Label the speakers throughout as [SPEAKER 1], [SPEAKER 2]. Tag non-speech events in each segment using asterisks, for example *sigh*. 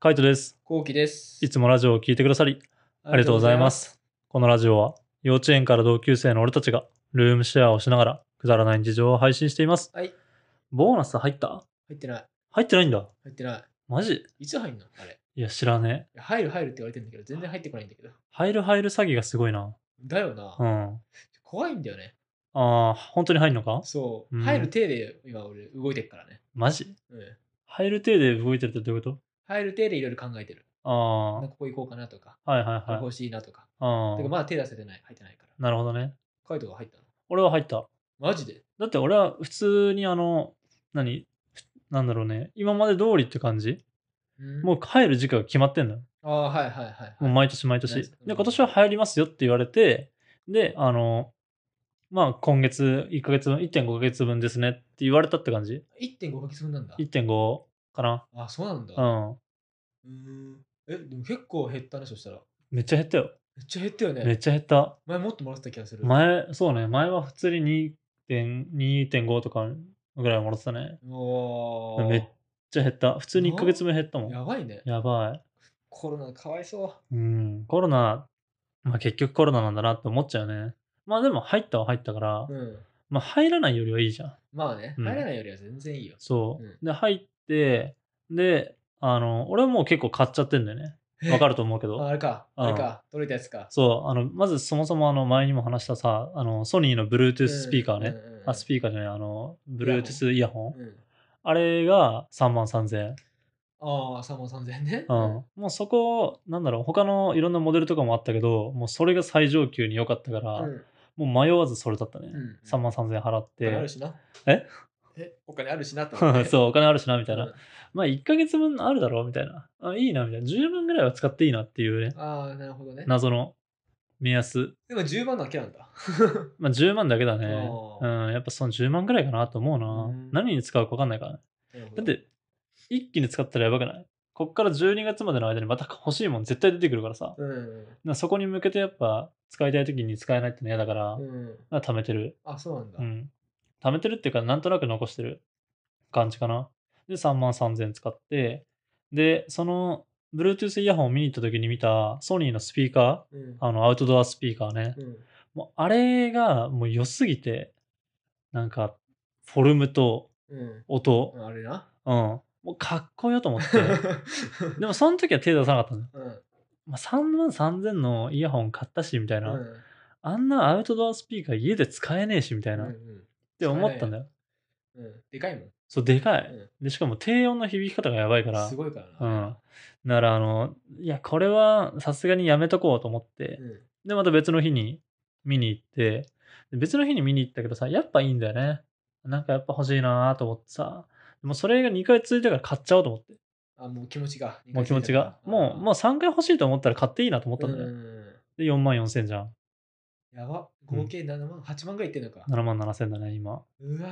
[SPEAKER 1] カイトです。
[SPEAKER 2] こうきです。
[SPEAKER 1] いつもラジオを聞いてくださり、ありがとうございま。す。このラジオは、幼稚園から同級生の俺たちが、ルームシェアをしながら、くだらない日常を配信しています。
[SPEAKER 2] はい。
[SPEAKER 1] ボーナス入った
[SPEAKER 2] 入ってない。
[SPEAKER 1] 入ってないんだ。
[SPEAKER 2] 入ってな
[SPEAKER 1] マジ
[SPEAKER 2] い。いつ入んのあれ。い
[SPEAKER 1] いや、知らねえ。
[SPEAKER 2] や入る入るって言われてんだけど、全然入ってこないんだけど。
[SPEAKER 1] 入る入る詐欺がすごいな。
[SPEAKER 2] だよな。
[SPEAKER 1] うん。
[SPEAKER 2] 怖いんだよね。
[SPEAKER 1] あー、本当に入んのか
[SPEAKER 2] そう。
[SPEAKER 1] うん
[SPEAKER 2] 入る手で今俺動いてるからね。
[SPEAKER 1] マジ
[SPEAKER 2] うん。
[SPEAKER 1] 入る手で動いてるってどういうこ
[SPEAKER 2] 入る手でいろいろ考えてる。
[SPEAKER 1] とあ
[SPEAKER 2] ここ行こうかなとか、
[SPEAKER 1] ー、はいはいはい。
[SPEAKER 2] 欲しいなとか。
[SPEAKER 1] あ
[SPEAKER 2] てか
[SPEAKER 1] ー、
[SPEAKER 2] まだ手出せてない。入ってないから。
[SPEAKER 1] なるほどね。
[SPEAKER 2] カイトが入ったの。
[SPEAKER 1] 俺は入った。
[SPEAKER 2] マジで
[SPEAKER 1] だって俺は普通にあの、何ふなんだろうね。今まで通りって感じもう
[SPEAKER 2] う。
[SPEAKER 1] 帰る時間が決まってんのよ。
[SPEAKER 2] ああ、はいはいはい。
[SPEAKER 1] もう毎年毎年
[SPEAKER 2] ね。
[SPEAKER 1] で、今年は入りますよって言われて、で、あの、まあ今月1ヶ月分、1.5ヶ月分ですねって言われたって感じ
[SPEAKER 2] 1.5か月分なんだ。
[SPEAKER 1] ?1.5 かな
[SPEAKER 2] あ、そうなんだ。
[SPEAKER 1] う。
[SPEAKER 2] うんーん。え、でも結構減ったね、そしたら。
[SPEAKER 1] めっちゃ減ったよ。
[SPEAKER 2] めっちゃ減ったよ
[SPEAKER 1] めっ
[SPEAKER 2] ね。
[SPEAKER 1] ちゃ減った。
[SPEAKER 2] 前もっともらってた気がする。
[SPEAKER 1] 前、そうね、前は普通に2.0 2.5とかぐらいもらってたね。めっ
[SPEAKER 2] おー
[SPEAKER 1] めちゃ減った。普通に1ヶ月分減ったもん。
[SPEAKER 2] やばいね。
[SPEAKER 1] やばい。
[SPEAKER 2] コロナかわいそう。
[SPEAKER 1] うん、コロナ、まあ結局コロナなんだなって思っちゃうね。まあでも入ったは入ったから、
[SPEAKER 2] うん。
[SPEAKER 1] まあ入らないよりはいいじゃん。
[SPEAKER 2] まあね、
[SPEAKER 1] うん
[SPEAKER 2] 入らないよりは全然いいよ。
[SPEAKER 1] そう。
[SPEAKER 2] うん
[SPEAKER 1] で、入って、で、あの、俺はもう結構買っちゃってんだよね。わかると思うけ
[SPEAKER 2] ああ
[SPEAKER 1] ど。
[SPEAKER 2] れか、
[SPEAKER 1] うん
[SPEAKER 2] あれか、取れたやつか。
[SPEAKER 1] そう、あの、まずそもそもあの、前にも話したさ、あの、ソニーの Bluetooth スピーカーね。
[SPEAKER 2] うんうんうん
[SPEAKER 1] あ、スピーカーじゃない、あの、
[SPEAKER 2] ヤホン
[SPEAKER 1] Bluetooth イヤホン。
[SPEAKER 2] うん
[SPEAKER 1] あれが3万3000円。
[SPEAKER 2] ああ、3万3000円ね。
[SPEAKER 1] うん。もうそこ、なんだろう、他のいろんなモデルとかもあったけど、もうそれが最上級に良かったから、
[SPEAKER 2] うん。
[SPEAKER 1] もう迷わずそれだったね。
[SPEAKER 2] うん
[SPEAKER 1] 3万3000円払っ
[SPEAKER 2] お金ある
[SPEAKER 1] て。
[SPEAKER 2] しな。
[SPEAKER 1] え
[SPEAKER 2] えお金あるしなと思って。う、
[SPEAKER 1] *laughs* そう、お金あるしな、みたいな。
[SPEAKER 2] ん
[SPEAKER 1] まあ、1ヶ月分あるだろう、みたいな。あ、いいな、みたいな。10万ぐらいは使っていいなっていうね、
[SPEAKER 2] ああ、なるほどね。
[SPEAKER 1] 謎の目安。
[SPEAKER 2] でも10万だけなんだ。
[SPEAKER 1] まあ、10万だけだね。
[SPEAKER 2] あ
[SPEAKER 1] う
[SPEAKER 2] ー
[SPEAKER 1] ん、やっぱその10万ぐらいかなと思うな。
[SPEAKER 2] うん
[SPEAKER 1] 何に使うか分かんないからね。
[SPEAKER 2] なるほ
[SPEAKER 1] だ
[SPEAKER 2] ど
[SPEAKER 1] って、一気に使ったらやばくないこっから12月までの間にまた欲しいもん絶対出てくるからさ。だか
[SPEAKER 2] うん。
[SPEAKER 1] らそこに向けてやっぱ使いたい時に使えないっての嫌だから、
[SPEAKER 2] うん。
[SPEAKER 1] まあ貯めてる。
[SPEAKER 2] あ、そうなんだ
[SPEAKER 1] う。ん。貯めてるっていうか、なんとなく残してる感じかな。で、3万3000使って、で、その、Bluetooth イヤホンを見に行った時に見たソニーのスピーカ
[SPEAKER 2] うん
[SPEAKER 1] ー、あの、アウトドアスピーカーね。
[SPEAKER 2] うん。
[SPEAKER 1] もう、あれがもう良すぎて、なんか、フォルムと
[SPEAKER 2] うん。
[SPEAKER 1] 音、
[SPEAKER 2] あれな。
[SPEAKER 1] うん、もうかっこよと
[SPEAKER 2] *laughs*
[SPEAKER 1] 思って。でも、その時は手出さなかったのよ。
[SPEAKER 2] うん。
[SPEAKER 1] まあ、3万3000のイヤホン買ったし、みたいな。
[SPEAKER 2] うん
[SPEAKER 1] あんなアウトドアスピーカー家で使えねえし、みたいな。
[SPEAKER 2] う
[SPEAKER 1] っ
[SPEAKER 2] ん
[SPEAKER 1] て思ったんだよ。
[SPEAKER 2] うん。うん。でかいもん。
[SPEAKER 1] そう、でかい。
[SPEAKER 2] う
[SPEAKER 1] で、しかも低音の響き方がやばいから。
[SPEAKER 2] ん。すごいから
[SPEAKER 1] う
[SPEAKER 2] な。
[SPEAKER 1] ん。だから、あの、いや、これはさすがにやめとこうと思って、
[SPEAKER 2] うん。
[SPEAKER 1] で、また別の日に見に行って、で別の日に見に行ったけどさ、やっぱいいんだよね。なんかやっぱ欲しいなと思ってさ、でもそれが2回続いたから買っちゃおうと思って、
[SPEAKER 2] あ、もう気持ちが。
[SPEAKER 1] もう気持ちが。もう、もう3回欲しいと思ったら買っていいなと思ったんだよね。
[SPEAKER 2] うん
[SPEAKER 1] で、4万4千じゃん。
[SPEAKER 2] やば。
[SPEAKER 1] うん
[SPEAKER 2] 合計7万、8万ぐらいいってんのか。
[SPEAKER 1] 7万7千だね、今。
[SPEAKER 2] うわ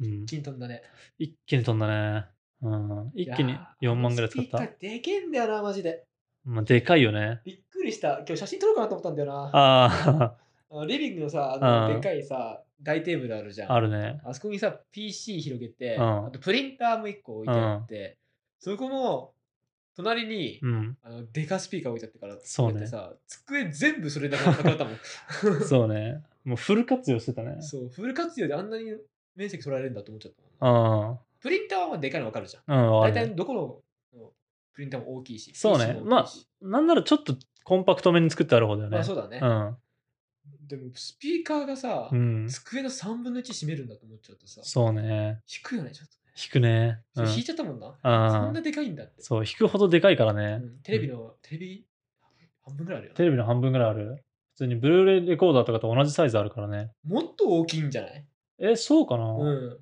[SPEAKER 1] う
[SPEAKER 2] ー
[SPEAKER 1] ん
[SPEAKER 2] 一気に飛んだね。
[SPEAKER 1] 一気に飛んだね。うん。一気に4万ぐらい使っ
[SPEAKER 2] いやーあ
[SPEAKER 1] た
[SPEAKER 2] の。スピーカーでけえんだよな、マジで。
[SPEAKER 1] まあ、でかいよね。
[SPEAKER 2] びっくりした。今日写真撮ろうかなと思ったんだよな。
[SPEAKER 1] あ
[SPEAKER 2] あのリビングのさ、あ
[SPEAKER 1] う
[SPEAKER 2] の
[SPEAKER 1] ん
[SPEAKER 2] でかいさ、大テーブルあるじゃ
[SPEAKER 1] *laughs*
[SPEAKER 2] ん。
[SPEAKER 1] あ、あるね。
[SPEAKER 2] あそこにさ、PC 広げて、
[SPEAKER 1] うん
[SPEAKER 2] あとプリンターも1個置いてあって、そこの隣に、
[SPEAKER 1] うん。
[SPEAKER 2] あのでかスピーカー置いてあってから、
[SPEAKER 1] そうね
[SPEAKER 2] こやってさ、机全部それだけなくなったもん。
[SPEAKER 1] そうね。もうフル活用してたね。
[SPEAKER 2] そう、フル活用であんなに面積取られるんだと思っちゃったもん。
[SPEAKER 1] うん。
[SPEAKER 2] プリンターはでかいの分かるじゃん。
[SPEAKER 1] うん、わか
[SPEAKER 2] 大
[SPEAKER 1] るね。
[SPEAKER 2] 体どこのプリンターも大きいし。
[SPEAKER 1] そう
[SPEAKER 2] PC
[SPEAKER 1] ね。
[SPEAKER 2] も
[SPEAKER 1] ま
[SPEAKER 2] 大
[SPEAKER 1] あ
[SPEAKER 2] きいし、
[SPEAKER 1] なんならちょっとコンパクトめに作ってある方だよね。
[SPEAKER 2] まあそうだね。でもスピーカーがさ、
[SPEAKER 1] うん。うん。
[SPEAKER 2] 机の3分の1占めるんだと思っちゃうとさ、
[SPEAKER 1] そうね。
[SPEAKER 2] 引くよね、ちょっとね。
[SPEAKER 1] 引くね。
[SPEAKER 2] そうれ
[SPEAKER 1] ん
[SPEAKER 2] 引いちゃったもんな。そん
[SPEAKER 1] あ
[SPEAKER 2] な
[SPEAKER 1] あ。
[SPEAKER 2] でかいんだって。
[SPEAKER 1] そう、引くほどでかいからね
[SPEAKER 2] う。んテレビの、テレビ半分ぐらいあるよ
[SPEAKER 1] テ
[SPEAKER 2] ね。
[SPEAKER 1] レビの半分ぐらいある。普通にブルーレイレコーダーとかと同じサイズあるからね。
[SPEAKER 2] もっと大きいんじゃない
[SPEAKER 1] え、そうかな、
[SPEAKER 2] うん。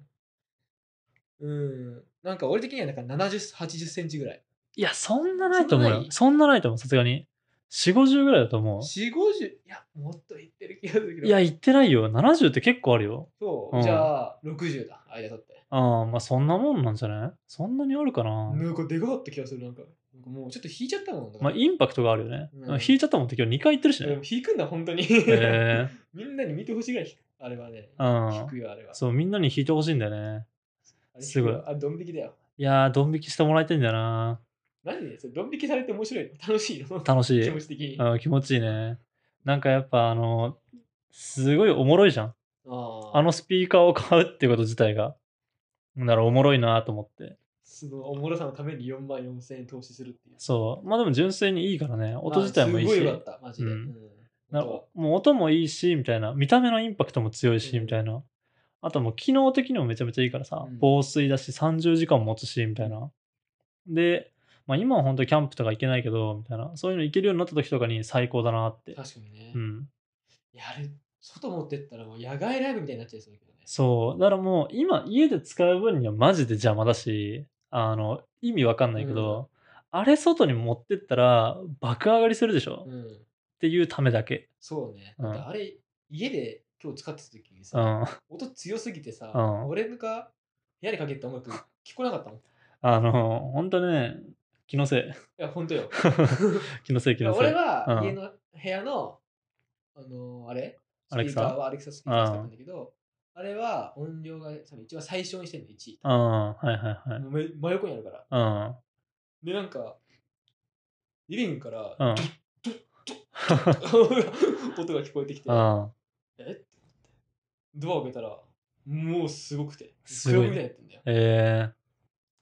[SPEAKER 2] うん。なんか俺的にはなんか70、80センチぐらい。
[SPEAKER 1] いや、そんなないと思う
[SPEAKER 2] そんな
[SPEAKER 1] よ
[SPEAKER 2] な。い
[SPEAKER 1] そんなないと思う、さすがに。4、50ぐらいだと思う。
[SPEAKER 2] 4、50、いや、もっといってる気がするけど。
[SPEAKER 1] いや、言ってないよ。70って結構あるよ。
[SPEAKER 2] そう、
[SPEAKER 1] うん
[SPEAKER 2] じゃあ60だ、間取って。
[SPEAKER 1] ああ、まあそんなもんなんじゃないそんなにあるかな、
[SPEAKER 2] なんかでかかった気がする、なんか。なんかもうちょっと引いちゃったもんだか
[SPEAKER 1] まあ
[SPEAKER 2] ら。
[SPEAKER 1] インパクトがあるよね。
[SPEAKER 2] うん
[SPEAKER 1] 引いちゃったもんって今日2回言ってるし
[SPEAKER 2] で
[SPEAKER 1] ね
[SPEAKER 2] も。引くんだ、本当に。
[SPEAKER 1] へえ
[SPEAKER 2] *laughs* みんなに見てほしいぐらい引く。あれはね。
[SPEAKER 1] う
[SPEAKER 2] 引
[SPEAKER 1] ん。
[SPEAKER 2] くよ、あれは。
[SPEAKER 1] そう、みんなに引いてほしいんだよね。
[SPEAKER 2] あれ引くよ
[SPEAKER 1] すごい
[SPEAKER 2] あれ、ドン引きだよ。
[SPEAKER 1] いやー、ドン引きしてもらいたいんだよな。
[SPEAKER 2] 何それドン引きされて面白いの *laughs* 楽しいの
[SPEAKER 1] 楽しい
[SPEAKER 2] 気。持ち的に。あ
[SPEAKER 1] うん、気持ちいいね。なんかやっぱあの、すごいおもろいじゃん。
[SPEAKER 2] あ
[SPEAKER 1] あのスピーカーを買うってこと自体が。ならおもろいなと思って。
[SPEAKER 2] そのおもろさのために4万4000円投資するっていう。
[SPEAKER 1] そう。まあでも純粋にいいからね。音自体もいい
[SPEAKER 2] あす
[SPEAKER 1] し
[SPEAKER 2] ごい。よかった、マジで。
[SPEAKER 1] うん
[SPEAKER 2] うん
[SPEAKER 1] な
[SPEAKER 2] 本
[SPEAKER 1] もう音もいいし、みたいな。見た目のインパクトも強いし、
[SPEAKER 2] うん
[SPEAKER 1] みたいな。あともう機能的にもめちゃめちゃいいからさ
[SPEAKER 2] う、ん
[SPEAKER 1] 防水だし30時間持つし、みたいな。で、まあ今は本当にキャンプとか行けないけど、みたいな。そういうの行けるようになった時とかに最高だなって
[SPEAKER 2] 当。は確かにね。
[SPEAKER 1] うん。
[SPEAKER 2] いやあれ、外持ってったらもう野外ライブみたいになっちゃいそうだけどね。
[SPEAKER 1] そう。だからもう今家で使う分にはマジで邪魔だし、あの、意味わかんないけど、あれ外に持ってったら爆上がりするでしょ、っ
[SPEAKER 2] うん。
[SPEAKER 1] ていうためだけ。
[SPEAKER 2] そうね。
[SPEAKER 1] うん
[SPEAKER 2] だってあれ、家で今日使ってた時に
[SPEAKER 1] う
[SPEAKER 2] さ、
[SPEAKER 1] ん。 *laughs*
[SPEAKER 2] 音強すぎてさ、
[SPEAKER 1] うん
[SPEAKER 2] 俺が部屋にかけた音楽聞こえなかったもん。い
[SPEAKER 1] あの、本当ね、気のせい。 *laughs*
[SPEAKER 2] や、ほんとよ。
[SPEAKER 1] 気のせい気のせ
[SPEAKER 2] 俺
[SPEAKER 1] い。
[SPEAKER 2] は
[SPEAKER 1] うん
[SPEAKER 2] 家の部屋の、あのーあれ
[SPEAKER 1] アレクサ
[SPEAKER 2] スピーカーはアレクサスピーカー使ったんだけど、あれは音量が多分一番最小にしてるの、1。
[SPEAKER 1] うん。はいはいはい。
[SPEAKER 2] もうめ真横にあるから。
[SPEAKER 1] うん。
[SPEAKER 2] で、なんか、リビングから、
[SPEAKER 1] うん。
[SPEAKER 2] 音が聞こえてきて、
[SPEAKER 1] うん。
[SPEAKER 2] えって思ってドアを開けたら、もうすごくて、
[SPEAKER 1] すごい
[SPEAKER 2] クラブみたいになってんだよ。
[SPEAKER 1] え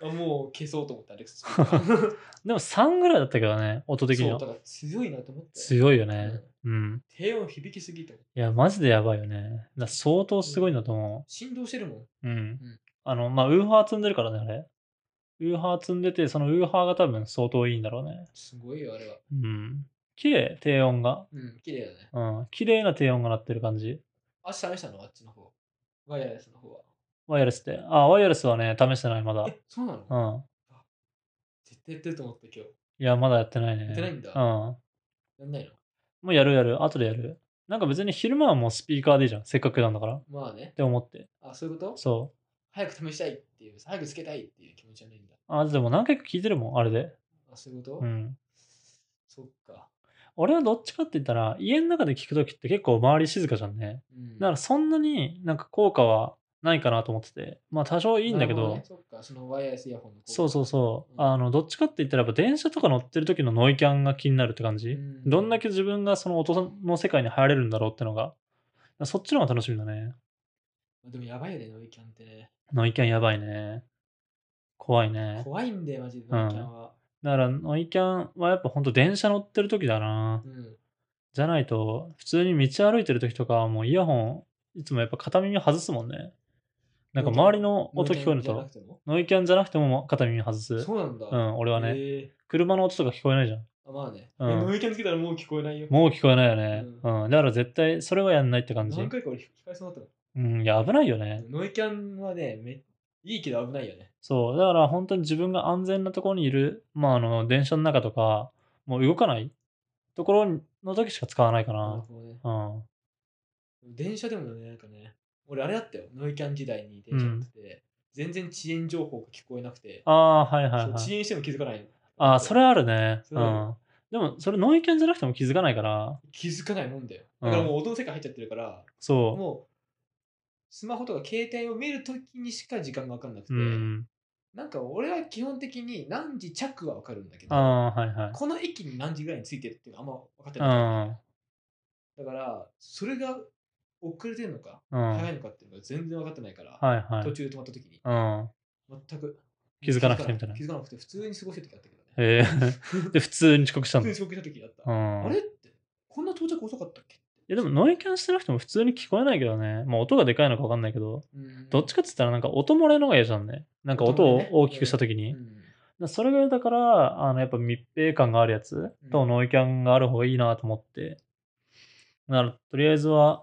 [SPEAKER 2] あもう消そうと思った、アレクサ *laughs* スピーカー。
[SPEAKER 1] ー、でも3ぐらいだったけどね、音的に
[SPEAKER 2] そう、
[SPEAKER 1] は
[SPEAKER 2] だ。から強いなと思って。
[SPEAKER 1] 強いよ
[SPEAKER 2] う
[SPEAKER 1] ね
[SPEAKER 2] ん。
[SPEAKER 1] うん。
[SPEAKER 2] 低音響きすぎと思って。
[SPEAKER 1] いや、マジでやばいよね。だから相当すごいんだと思う。
[SPEAKER 2] 振動してるもん。
[SPEAKER 1] うん
[SPEAKER 2] ん。
[SPEAKER 1] あの、まあ、ウーハー積んでるからね、あれ。ウーハー積んでて、そのウーハーが多分相当いいんだろうね。
[SPEAKER 2] すごいよ、あれは。
[SPEAKER 1] うん。綺麗、低音が。
[SPEAKER 2] うん、綺麗だね。
[SPEAKER 1] うん。綺麗な低音が鳴ってる感じ。
[SPEAKER 2] あ、試したのあっちの方。ワイヤレスの方は。
[SPEAKER 1] ワイヤレスって。あ、ワイヤレスはね、試してない、まだ。
[SPEAKER 2] え、そうなの、
[SPEAKER 1] うん。
[SPEAKER 2] 絶対やってると思った今日。
[SPEAKER 1] いや、まだやってないね。
[SPEAKER 2] やってないんだ
[SPEAKER 1] うん。も
[SPEAKER 2] やんないの
[SPEAKER 1] うやるやる。後でやる。なんか別に昼間はもうスピーカーでいいじゃん。せっかくなんだから。っ
[SPEAKER 2] まあね。
[SPEAKER 1] て思って。
[SPEAKER 2] あ、そういうこと
[SPEAKER 1] そう。
[SPEAKER 2] 早く試したいっていう、早くつけたいっていう気持ちはないんだ。
[SPEAKER 1] あ、でも何回か聞いてるもん、あれで。
[SPEAKER 2] あ、そういうこと、
[SPEAKER 1] うん。
[SPEAKER 2] そっか。
[SPEAKER 1] 俺はどっちかって言ったら、家の中で聞くときって結構周り静かじゃんね。
[SPEAKER 2] うん
[SPEAKER 1] だからそんなになんか効果はないかなと思ってて、まあ多少いいんだけ
[SPEAKER 2] なる
[SPEAKER 1] ど、
[SPEAKER 2] ほねそっか、そのワイヤレスイヤホンの。
[SPEAKER 1] そうそうそう、
[SPEAKER 2] うん
[SPEAKER 1] あの、どっちかって言ったらやっぱ電車とか乗ってる時のノイキャンが気になるって感じ。
[SPEAKER 2] うん
[SPEAKER 1] どんだけ自分がその音の世界に入れるんだろうってのが、そっちの方が楽しみだね。
[SPEAKER 2] まあでもやばいよね、ノイキャンってね。
[SPEAKER 1] ノイキャンやばいね。怖いね。
[SPEAKER 2] 怖いんだよ、マジで、
[SPEAKER 1] うん
[SPEAKER 2] ノイキャンは。
[SPEAKER 1] だからノイキャンはやっぱほんと電車乗ってる時だな。
[SPEAKER 2] うん。
[SPEAKER 1] じゃないと、普通に道歩いてる時とかはもうイヤホン、いつもやっぱ片耳外すもんね。なんか周りの音聞こえる
[SPEAKER 2] ノイキャ
[SPEAKER 1] と
[SPEAKER 2] ンじゃなく。ても
[SPEAKER 1] ノイキャンじゃなくても片耳外す。う
[SPEAKER 2] そうなんだ。
[SPEAKER 1] ん、俺はね、
[SPEAKER 2] へえ
[SPEAKER 1] 車の音とか聞こえないじゃん。
[SPEAKER 2] あまあね、
[SPEAKER 1] うん
[SPEAKER 2] えノイキャンつけたらもう聞こえないよ。
[SPEAKER 1] もう聞こえないよね。
[SPEAKER 2] う
[SPEAKER 1] うん。だから絶対それはやんないって感じ
[SPEAKER 2] 何。回か俺聞かれそうになっ
[SPEAKER 1] うん。いや、危ないよ
[SPEAKER 2] た
[SPEAKER 1] ね。
[SPEAKER 2] の。ノイキャンはね、めいいけど危ないよね。
[SPEAKER 1] そう。だから本当に自分が安全なところにいる、まあ、あの、電車の中とか、もう動かないところの時しか使わないか
[SPEAKER 2] なる
[SPEAKER 1] な。
[SPEAKER 2] ほどね。
[SPEAKER 1] うん。
[SPEAKER 2] 電車でもね、なんかね、俺あれだったよ、ノイキャン時代に電車乗ってて、全然遅延情報が聞こえなくて、
[SPEAKER 1] ああ、はいはい
[SPEAKER 2] そう
[SPEAKER 1] は
[SPEAKER 2] 遅
[SPEAKER 1] い。
[SPEAKER 2] 延しても気づかない。
[SPEAKER 1] ああ、それあるね。
[SPEAKER 2] そうれあ
[SPEAKER 1] ん。でも、それノイキャンじゃなくても気づかないから、
[SPEAKER 2] 気づかないもんだよ。だからもう音の世界入っちゃってるから、
[SPEAKER 1] そ
[SPEAKER 2] もう、スマホとか携帯を見るときにしか時間が分かんなくて、
[SPEAKER 1] う。うん。
[SPEAKER 2] なんか俺は基本的に何時着は分かるんだけど、
[SPEAKER 1] ああ、はいはい。
[SPEAKER 2] この駅に何時ぐらいに着いてるっていうのはあんま分かって
[SPEAKER 1] う
[SPEAKER 2] ない。
[SPEAKER 1] ん。
[SPEAKER 2] だから、それが遅れてるのか、
[SPEAKER 1] うん。は
[SPEAKER 2] 早い
[SPEAKER 1] い
[SPEAKER 2] のかっていうのが全然分かってないから、
[SPEAKER 1] は
[SPEAKER 2] 途
[SPEAKER 1] い。
[SPEAKER 2] 中で止まったときに、
[SPEAKER 1] うん。
[SPEAKER 2] 全く
[SPEAKER 1] 気づかなくてみたいな
[SPEAKER 2] 気づかなくて、普通に過ごしてる時あったけどね。
[SPEAKER 1] えーで、普通に遅刻した
[SPEAKER 2] 普
[SPEAKER 1] ん
[SPEAKER 2] 通
[SPEAKER 1] だ
[SPEAKER 2] に。遅刻した時あった。
[SPEAKER 1] うん。
[SPEAKER 2] あれって、こんな到着遅かったっけ
[SPEAKER 1] いやでもノイキャンしてなくても普通に聞こえないけどね。まあ音がでかいのか分かんないけど、
[SPEAKER 2] うん
[SPEAKER 1] どっちかって言ったらなんか音漏れの方が嫌じゃんね。なんか音
[SPEAKER 2] 音漏
[SPEAKER 1] を
[SPEAKER 2] れね
[SPEAKER 1] 大きくした時に。だからそれがだから、あのやっぱ密閉感があるやつとノイキャンがある方がいいなと思って。なら、とりあえずは、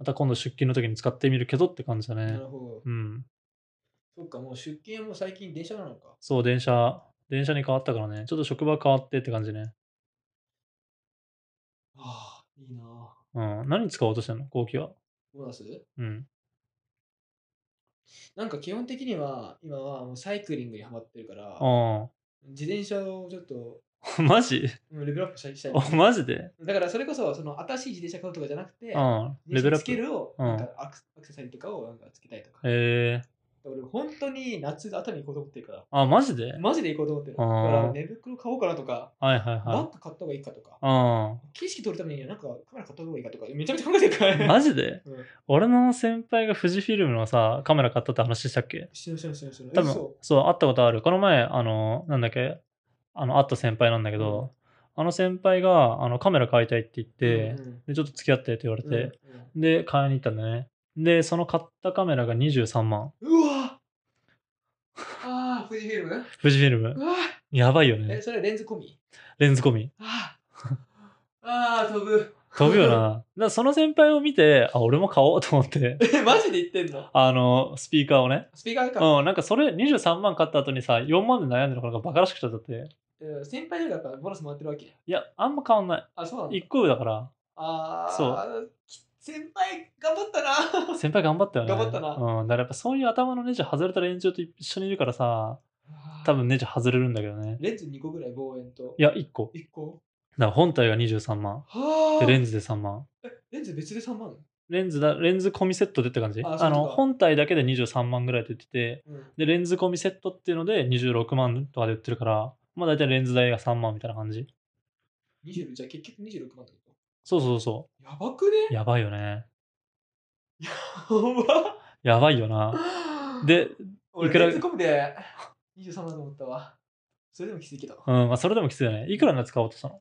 [SPEAKER 1] また今度出勤の時に使ってみるけどって感じだ
[SPEAKER 2] うんな
[SPEAKER 1] ね
[SPEAKER 2] る。ほど。
[SPEAKER 1] うん。
[SPEAKER 2] そっか、もう出勤はもう最近電車なのか。
[SPEAKER 1] そう、電車、電車に変わったからね。ちょっと職場変わってって感じね。
[SPEAKER 2] ああ、いいなぁ。
[SPEAKER 1] うん。何使おうとしてんの後期は。
[SPEAKER 2] ボーナス
[SPEAKER 1] うん。
[SPEAKER 2] なんか基本的には、今はもうサイクリングにハマってるから、
[SPEAKER 1] あ
[SPEAKER 2] 自転車をちょっと
[SPEAKER 1] あ。 *laughs* マジ
[SPEAKER 2] うんレベルアップしたいしたい。
[SPEAKER 1] あマジで
[SPEAKER 2] だからそれこそ、その新しい自転車買うとかじゃなくて、
[SPEAKER 1] うん。レ
[SPEAKER 2] 自
[SPEAKER 1] ベル
[SPEAKER 2] 転車
[SPEAKER 1] ア
[SPEAKER 2] ス
[SPEAKER 1] ップ
[SPEAKER 2] キ。ルを
[SPEAKER 1] うん
[SPEAKER 2] なんかアクセアクセサリーとかをなんかつけたいとか、
[SPEAKER 1] え
[SPEAKER 2] 俺、本当に夏、熱海行こうと思ってるから。
[SPEAKER 1] あ、マジで
[SPEAKER 2] マジで行こうと思ってる。だ
[SPEAKER 1] あ
[SPEAKER 2] か
[SPEAKER 1] ー
[SPEAKER 2] ら、寝袋買おうかなとか、
[SPEAKER 1] はいはい
[SPEAKER 2] バ
[SPEAKER 1] は
[SPEAKER 2] ッグ買った方がいいかとか、
[SPEAKER 1] い。
[SPEAKER 2] 景色撮るためにはなんかカメラ買った方がいいかとか、めちゃめちゃ考えてるから
[SPEAKER 1] うん。
[SPEAKER 2] ね。
[SPEAKER 1] マジで *laughs*
[SPEAKER 2] うん
[SPEAKER 1] 俺の先輩が富士フィルムのさ、カメラ買ったって話したっけ
[SPEAKER 2] 知らん知らん知らん知らん。
[SPEAKER 1] 多
[SPEAKER 2] え
[SPEAKER 1] 分
[SPEAKER 2] そ
[SPEAKER 1] そう、会ったことある。この前、あの、なんだっけ、あの、会った先輩なんだけど、あの先輩が、あの、カメラ買いたいって言っ
[SPEAKER 2] う
[SPEAKER 1] て、
[SPEAKER 2] うんうん
[SPEAKER 1] で、ちょっと付き合ってって言われて、
[SPEAKER 2] うん
[SPEAKER 1] で、買いに行ったんだね。で、その買ったカメラが23万。
[SPEAKER 2] う
[SPEAKER 1] *laughs*
[SPEAKER 2] んうわああ、富士フィルム
[SPEAKER 1] 富士フィルム。
[SPEAKER 2] うわ
[SPEAKER 1] やばいよ
[SPEAKER 2] え、
[SPEAKER 1] ね。
[SPEAKER 2] それレンズ込み
[SPEAKER 1] レンズ込み。
[SPEAKER 2] あ
[SPEAKER 1] *laughs*
[SPEAKER 2] あ、ああ、飛ぶ。
[SPEAKER 1] 飛ぶ
[SPEAKER 2] *laughs*
[SPEAKER 1] よな。だからその先輩を見て、あ、俺も買おうと思って、
[SPEAKER 2] え、マジで言ってんの
[SPEAKER 1] あの、スピーカーをね。
[SPEAKER 2] スピーカーか。
[SPEAKER 1] うん、なんかそれ23万買った後にさ、4万で悩んでるのがバカらしくちゃったって。
[SPEAKER 2] うん先輩だからボーナスもらってるわけ。
[SPEAKER 1] いや、あんま変わんな
[SPEAKER 2] あ、そうなんだ
[SPEAKER 1] い。1個上だから。
[SPEAKER 2] ああ、。
[SPEAKER 1] そう
[SPEAKER 2] 先輩、頑張ったな。
[SPEAKER 1] 先輩頑張ったよね。
[SPEAKER 2] 頑張ったな
[SPEAKER 1] うん。だからやっぱそういう頭のネジ外れた連中と一緒にいるからさ、多分ネジ外れるんだけどね。
[SPEAKER 2] レンズ2個ぐらい望遠と。
[SPEAKER 1] いや、1個。
[SPEAKER 2] 1個
[SPEAKER 1] だから本体が23万。
[SPEAKER 2] はあ。
[SPEAKER 1] で、レン
[SPEAKER 2] ズ。
[SPEAKER 1] ズで3万。
[SPEAKER 2] レンズ別で3万。
[SPEAKER 1] レンズだ、レンズ込みセットでって感じ。
[SPEAKER 2] あ
[SPEAKER 1] あ
[SPEAKER 2] そう
[SPEAKER 1] の、
[SPEAKER 2] か
[SPEAKER 1] 本体だけで23万ぐらいって言ってて、
[SPEAKER 2] うん。
[SPEAKER 1] で、レンズ込みセットっていうので26万とかで売ってるから、まあ大体レンズ代が3万みたいな感じ。
[SPEAKER 2] 20じゃあ結局26万ってこ
[SPEAKER 1] そうそうそ
[SPEAKER 2] とやばくね
[SPEAKER 1] う。やばいよね。
[SPEAKER 2] やば
[SPEAKER 1] やばいよな。で、
[SPEAKER 2] 俺
[SPEAKER 1] いくら
[SPEAKER 2] レンズ込みで23万だと思ったわ。それでも気づけたわ。
[SPEAKER 1] うん、まあそれでもきついよね。いくらのやつ買おうとしたの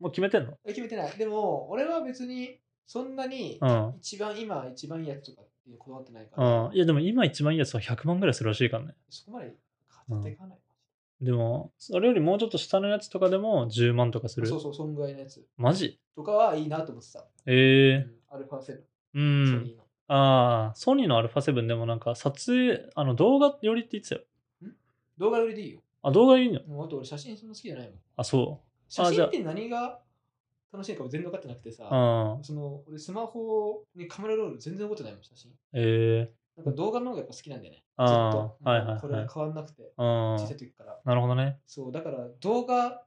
[SPEAKER 1] もう決めてんの
[SPEAKER 2] え決めてない。でも、俺は別にそんなに
[SPEAKER 1] うん。
[SPEAKER 2] 一番今一番いいやつとかっていうこだわってないから、
[SPEAKER 1] うん、いやでも今一番いいやつは100万ぐらいするらしいからね。
[SPEAKER 2] そこまで買っていかない。
[SPEAKER 1] でも、それよりもうちょっと下のやつとかでも10万とかする。
[SPEAKER 2] そうそう、そんぐらいのやつ
[SPEAKER 1] マジ
[SPEAKER 2] とかはいいなと思ってた。う
[SPEAKER 1] ええ
[SPEAKER 2] んアルファ7、
[SPEAKER 1] う
[SPEAKER 2] ソ
[SPEAKER 1] ん。
[SPEAKER 2] ニーの。
[SPEAKER 1] ああ、ソニーの α7 でもなんか撮影、あの動画よりって言ってたよ。
[SPEAKER 2] 動画よりでいいよ。
[SPEAKER 1] あ、動画いいの
[SPEAKER 2] もうあと俺写真そんな好きじゃないもん。
[SPEAKER 1] あ、そ
[SPEAKER 2] 写
[SPEAKER 1] じゃ
[SPEAKER 2] 真
[SPEAKER 1] あ
[SPEAKER 2] って何が楽しいかも全然分かってなくてさ
[SPEAKER 1] う。、うん。
[SPEAKER 2] その俺スマホにカメラロール全然覚えてないもん、写真。
[SPEAKER 1] ええ
[SPEAKER 2] なんか動画の方がやっぱ好きなんだよね。ずっ
[SPEAKER 1] あー
[SPEAKER 2] と。
[SPEAKER 1] はいはいはい
[SPEAKER 2] これは変わんなくて、
[SPEAKER 1] うん
[SPEAKER 2] 小さい時から。
[SPEAKER 1] なるほどね。
[SPEAKER 2] そう、だから動画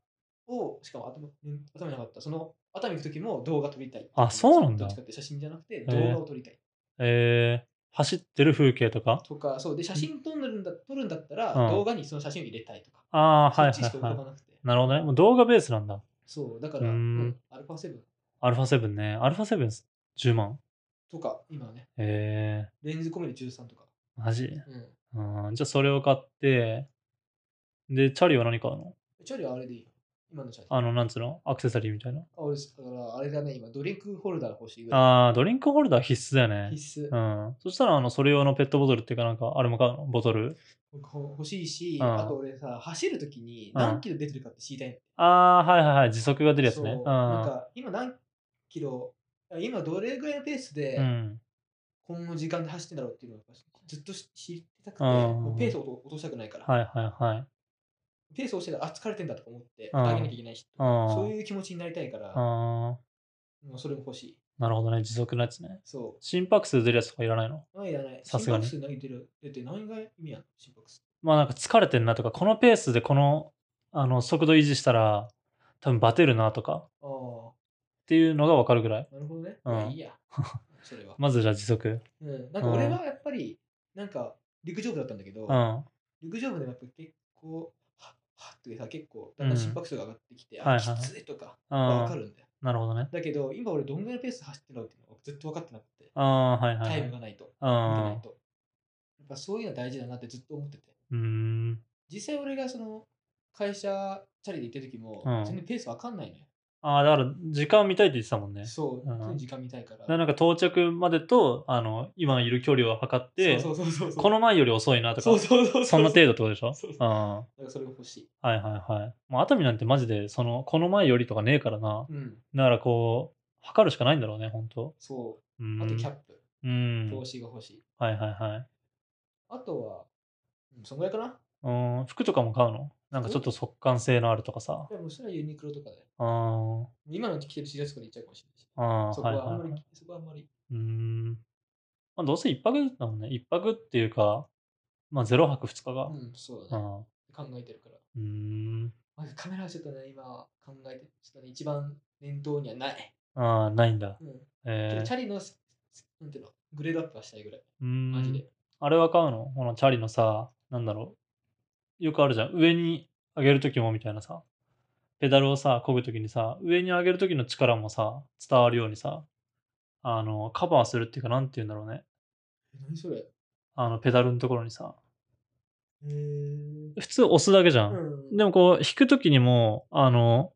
[SPEAKER 2] を、しかも頭ん頭になかった。その頭に行く時も動画撮りたい。
[SPEAKER 1] あそうなんだ
[SPEAKER 2] どっちかって写真じゃなくて動画を撮りたい。
[SPEAKER 1] ええ走ってる風景とか
[SPEAKER 2] とか、そうで、写真撮るんだ撮るんだったら、
[SPEAKER 1] うん
[SPEAKER 2] 動画にその写真を入れたいとか。
[SPEAKER 1] ああ、
[SPEAKER 2] そ
[SPEAKER 1] はい
[SPEAKER 2] っちし
[SPEAKER 1] は
[SPEAKER 2] か浮
[SPEAKER 1] い
[SPEAKER 2] か
[SPEAKER 1] は
[SPEAKER 2] ばなくて。
[SPEAKER 1] い。なるほどね。もう動画ベースなんだ。
[SPEAKER 2] そう、だから、
[SPEAKER 1] うーん
[SPEAKER 2] うんアルファ7
[SPEAKER 1] α7 ね。α710 万。
[SPEAKER 2] とか、今はね、
[SPEAKER 1] ええ
[SPEAKER 2] レンズ込みで13とか。
[SPEAKER 1] マジ
[SPEAKER 2] うん。
[SPEAKER 1] うん。じゃあそれを買って、で、チャリは何買うの
[SPEAKER 2] チャリはあれでいいよ。今のチャリ。あ
[SPEAKER 1] あの、なんつうのアクセサリーみたいな。
[SPEAKER 2] 俺だから、あれだね、今、ドリンクホルダー欲しいぐら
[SPEAKER 1] ああ、ドリンクホルダー必須だよ
[SPEAKER 2] い。
[SPEAKER 1] ね。
[SPEAKER 2] 必須。
[SPEAKER 1] うん。そしたら、あの、それ用のペットボトルっていうか、なんか、あれも買うのボトル
[SPEAKER 2] ほ欲しいし、
[SPEAKER 1] うん
[SPEAKER 2] あと俺さ、走るときに
[SPEAKER 1] うん
[SPEAKER 2] 何キロ出てるかって知りたいの。
[SPEAKER 1] ああー、はいはいはい。時速が出るやつね。。
[SPEAKER 2] そううんなんか今何キロ、あ今どれぐらいのペース
[SPEAKER 1] う
[SPEAKER 2] で
[SPEAKER 1] ん。
[SPEAKER 2] この時間で走ってんだろうっていうのをずっと知りたくて、
[SPEAKER 1] うん
[SPEAKER 2] もうペースを落としたくないから、
[SPEAKER 1] はいはいはい。
[SPEAKER 2] ペースを落としたら、あ、疲れてんだとか思って、
[SPEAKER 1] うん
[SPEAKER 2] あげなきゃいけないし、
[SPEAKER 1] うん
[SPEAKER 2] そういう気持ちになりたいから、
[SPEAKER 1] ああ、
[SPEAKER 2] もうそれも欲しい。
[SPEAKER 1] なるほどね。時速のやつね。
[SPEAKER 2] そ
[SPEAKER 1] 心拍数出るやつとかいらないの
[SPEAKER 2] う。まあ、いらない。
[SPEAKER 1] さすがに
[SPEAKER 2] 心拍数何出る出て何が意味あるの心拍数。
[SPEAKER 1] まあなんか疲れてんなとか、このペースでこの、あの、速度維持したら、多分バテるなとか、
[SPEAKER 2] ああ
[SPEAKER 1] っていうのがわかるぐらい。、
[SPEAKER 2] なるほどね。
[SPEAKER 1] うん
[SPEAKER 2] まあ
[SPEAKER 1] *laughs*
[SPEAKER 2] いいや。それは。
[SPEAKER 1] まずじゃあ時速。
[SPEAKER 2] うん。なんか俺はやっぱり、なんか陸上部だったんだけど、
[SPEAKER 1] うん。
[SPEAKER 2] 陸上部でもやっぱ結構、はっはっとさ、結構、だんだん心拍数が上がってきて、
[SPEAKER 1] うんは
[SPEAKER 2] あ、
[SPEAKER 1] い
[SPEAKER 2] き
[SPEAKER 1] はい
[SPEAKER 2] ついとか、
[SPEAKER 1] う
[SPEAKER 2] わか
[SPEAKER 1] ん。
[SPEAKER 2] るんだよ。
[SPEAKER 1] なるほどね。
[SPEAKER 2] だけど、今俺どんぐらいのペースで走ってるのっていうのがずっと分かってなくて、
[SPEAKER 1] ああー、はいは
[SPEAKER 2] タイム
[SPEAKER 1] い
[SPEAKER 2] がないと、見てな
[SPEAKER 1] はい
[SPEAKER 2] と。やっぱそういうの大事だなってずっと思ってて。
[SPEAKER 1] い。うん。うん。
[SPEAKER 2] 実際俺がその、会社チャリで行った時も、
[SPEAKER 1] うん
[SPEAKER 2] 全然ペース分かんないのよ。
[SPEAKER 1] ああ、だから時間見たいって言ってたもんね。
[SPEAKER 2] そう、
[SPEAKER 1] うん
[SPEAKER 2] 常に時間見たいか
[SPEAKER 1] だから
[SPEAKER 2] ら。
[SPEAKER 1] なんか到着までと、あの、今いる距離を測って、
[SPEAKER 2] そうそうそうそうそう。
[SPEAKER 1] この前より遅いなとか、
[SPEAKER 2] そうそうそうそう。
[SPEAKER 1] そんな程度って
[SPEAKER 2] だか
[SPEAKER 1] ことでしょ
[SPEAKER 2] そうそう
[SPEAKER 1] うん。は
[SPEAKER 2] らそれが欲しい。
[SPEAKER 1] いはいはい。もう熱海なんてマジで、その、この前よりとかねえからな。
[SPEAKER 2] うん、
[SPEAKER 1] だからこう、測るしかないんだろうね、本当
[SPEAKER 2] そうう。
[SPEAKER 1] ん。
[SPEAKER 2] あとキャップ、
[SPEAKER 1] うん。
[SPEAKER 2] 投資が欲しい。
[SPEAKER 1] はいはいはい。
[SPEAKER 2] あとは、うん、そんぐらいかな
[SPEAKER 1] うん、服とかも買うのなんかちょっと速乾性のあるとかさ。
[SPEAKER 2] いやもうそれはユニクロとかで。
[SPEAKER 1] うん。
[SPEAKER 2] 今の着てる T シャツとかでいっちゃうかもしれないし。
[SPEAKER 1] ああ、
[SPEAKER 2] そこ
[SPEAKER 1] はい
[SPEAKER 2] はあんま
[SPEAKER 1] は
[SPEAKER 2] り、
[SPEAKER 1] いはい。
[SPEAKER 2] そこはあんまり。
[SPEAKER 1] うん。まあ、どうせ一泊だもんね。一泊っていうか、まあ、ゼロ泊二日が。
[SPEAKER 2] うん、そう
[SPEAKER 1] う
[SPEAKER 2] だね。
[SPEAKER 1] ん。
[SPEAKER 2] 考えてるから。
[SPEAKER 1] うん。
[SPEAKER 2] まあカメラはちょっとね、今は考えて、ちょっとね、一番念頭にはない。
[SPEAKER 1] ああ、ないんだ。
[SPEAKER 2] うん。
[SPEAKER 1] え
[SPEAKER 2] チ
[SPEAKER 1] ー、
[SPEAKER 2] ャリの、すすなんていうの、グレードアップはしたいぐらい。
[SPEAKER 1] うーん
[SPEAKER 2] マジで。
[SPEAKER 1] あれは買うのこのチャリのさ、なんだろう。よくあるじゃん。上に上げるときもみたいなさ。ペダルをさ、漕ぐときにさ、上に上げるときの力もさ、伝わるようにさ、あの、カバーするっていうか、なんて言うんだろうね。
[SPEAKER 2] 何それへ
[SPEAKER 1] あの、ペダルのところにさ。
[SPEAKER 2] え。う
[SPEAKER 1] 普通押すだけじゃん。
[SPEAKER 2] ん。
[SPEAKER 1] でもこう、引くときにも、あの、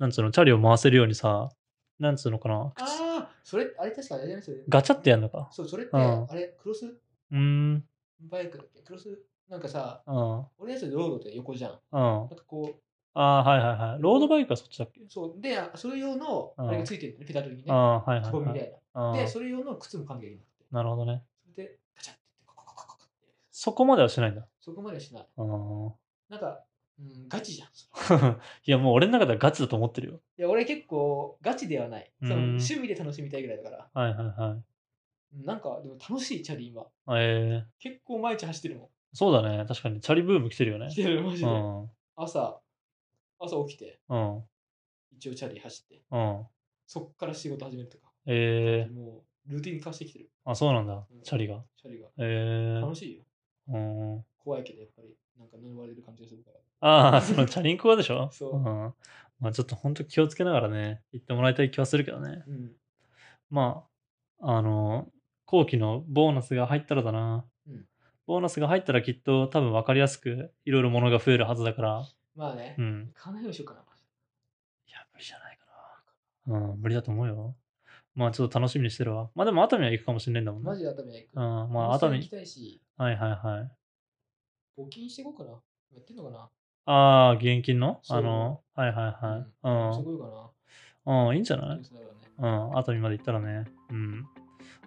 [SPEAKER 1] なんつうの、チャリを回せるようにさ、なんつうのかな。
[SPEAKER 2] ああ、それ、あれ確かあれじゃないそれ。
[SPEAKER 1] ガチャってやんのか。
[SPEAKER 2] そう、それって、
[SPEAKER 1] うん
[SPEAKER 2] あれ、クロス
[SPEAKER 1] うーん、
[SPEAKER 2] バイクだっけクロス、なんかさ、
[SPEAKER 1] うん、うん。
[SPEAKER 2] 俺のやつロードって横じゃん。
[SPEAKER 1] あ
[SPEAKER 2] なんかこ
[SPEAKER 1] あー、はいはいはい。ロードバイクはそっちだっけ
[SPEAKER 2] う、そう、で、あそれ用の、
[SPEAKER 1] うん
[SPEAKER 2] あれがついてるね、ペダルにね。
[SPEAKER 1] ああー、はい
[SPEAKER 2] 囲み
[SPEAKER 1] は
[SPEAKER 2] み
[SPEAKER 1] い、
[SPEAKER 2] た
[SPEAKER 1] はい
[SPEAKER 2] いな。
[SPEAKER 1] あ
[SPEAKER 2] で、
[SPEAKER 1] ー。
[SPEAKER 2] それ用の靴も関係なくて。
[SPEAKER 1] なるほどね。
[SPEAKER 2] それで、ガチャって言って、ココココココって。
[SPEAKER 1] そこまではしないんだ。
[SPEAKER 2] そこまではしない。
[SPEAKER 1] あー *laughs*
[SPEAKER 2] なんか、うん、ガチじゃん。それ
[SPEAKER 1] いや、もう俺の中ではガチだと思ってるよ。
[SPEAKER 2] いや、俺結構、ガチではない。その
[SPEAKER 1] うん
[SPEAKER 2] 趣味で楽しみたいぐらいだから。
[SPEAKER 1] はいはいはい。
[SPEAKER 2] うんなんか、でも楽しいチャリ今。
[SPEAKER 1] えー、
[SPEAKER 2] 結構毎日走ってるも
[SPEAKER 1] そうだね。確かに、チャリブーム来てるよね
[SPEAKER 2] ん。来。てる、マジ
[SPEAKER 1] う
[SPEAKER 2] で。
[SPEAKER 1] ん、うん、
[SPEAKER 2] 朝、朝起きて、
[SPEAKER 1] うん。
[SPEAKER 2] 一応チャリ走って、
[SPEAKER 1] うん
[SPEAKER 2] そっから仕事始めるとか。
[SPEAKER 1] え
[SPEAKER 2] もう、ルーティン化してきてる、
[SPEAKER 1] ー、あ、そうなんだ
[SPEAKER 2] うん。
[SPEAKER 1] チャリが。
[SPEAKER 2] チャリが。
[SPEAKER 1] えー
[SPEAKER 2] 楽、しいよ。
[SPEAKER 1] うん。
[SPEAKER 2] 怖いけど、やっぱり、なんか呪われる感じがするから。 *laughs*
[SPEAKER 1] ああ、そのチャリンコはでしょ
[SPEAKER 2] そう
[SPEAKER 1] うん。まあちょっと本当気をつけながらね、行ってもらいたい気はするけどね。
[SPEAKER 2] うん。
[SPEAKER 1] まあ、あの、後期のボーナスが入ったらだな。
[SPEAKER 2] うん
[SPEAKER 1] ボーナスが入ったらきっと多分分かりやすくいろいろものが増えるはずだから、
[SPEAKER 2] まあね
[SPEAKER 1] う、ん。
[SPEAKER 2] 買わないようにしようかな。
[SPEAKER 1] いや、無理じゃないかな。うん、無理だと思うよ。まあちょっと楽しみにしてるわ。まあでも熱海は行くかもしれないんだもんね。
[SPEAKER 2] マジで熱海は行く。
[SPEAKER 1] うん、まあ熱
[SPEAKER 2] 温泉行
[SPEAKER 1] 海。
[SPEAKER 2] きたいし、
[SPEAKER 1] はいはいはい。
[SPEAKER 2] 募金していこうかな。やってんのかな、
[SPEAKER 1] ああ、現金の
[SPEAKER 2] そう
[SPEAKER 1] あの、はいはいはい。うん。
[SPEAKER 2] すごいかな。
[SPEAKER 1] うん、いいんじゃない
[SPEAKER 2] そうだよね
[SPEAKER 1] うん、熱海まで行ったらね。うん。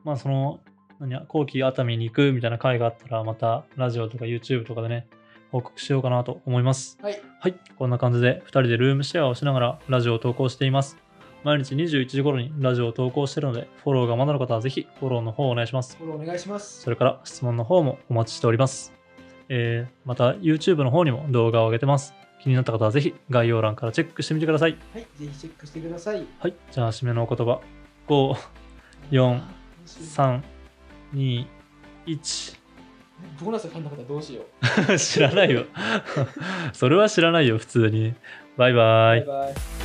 [SPEAKER 1] まあ、その、何や、後期熱海に行くみたいな回があったら、またラジオとか YouTube とかでね、報告しようかなと思います。
[SPEAKER 2] はい。
[SPEAKER 1] はい、こんな感じで2人でルームシェアをしながらラジオを投稿しています。毎日21時頃にラジオを投稿しているので、フォローがまだの方はぜひフォローの方をお願いします。
[SPEAKER 2] フォローお願いします
[SPEAKER 1] そ。れから質問の方もお待ちしております。えーまた YouTube の方にも動画を上げてます。気になった方はぜひ概要欄からチェックしてみてください。
[SPEAKER 2] はい。ぜひチェックしてください。
[SPEAKER 1] はい、じゃあ締めのお言葉。5、四321 *laughs*
[SPEAKER 2] ボーナス入んなかったらどうしよう。
[SPEAKER 1] *laughs* 知らないよそれは知らないよ普通にバイバイ
[SPEAKER 2] バイバイ。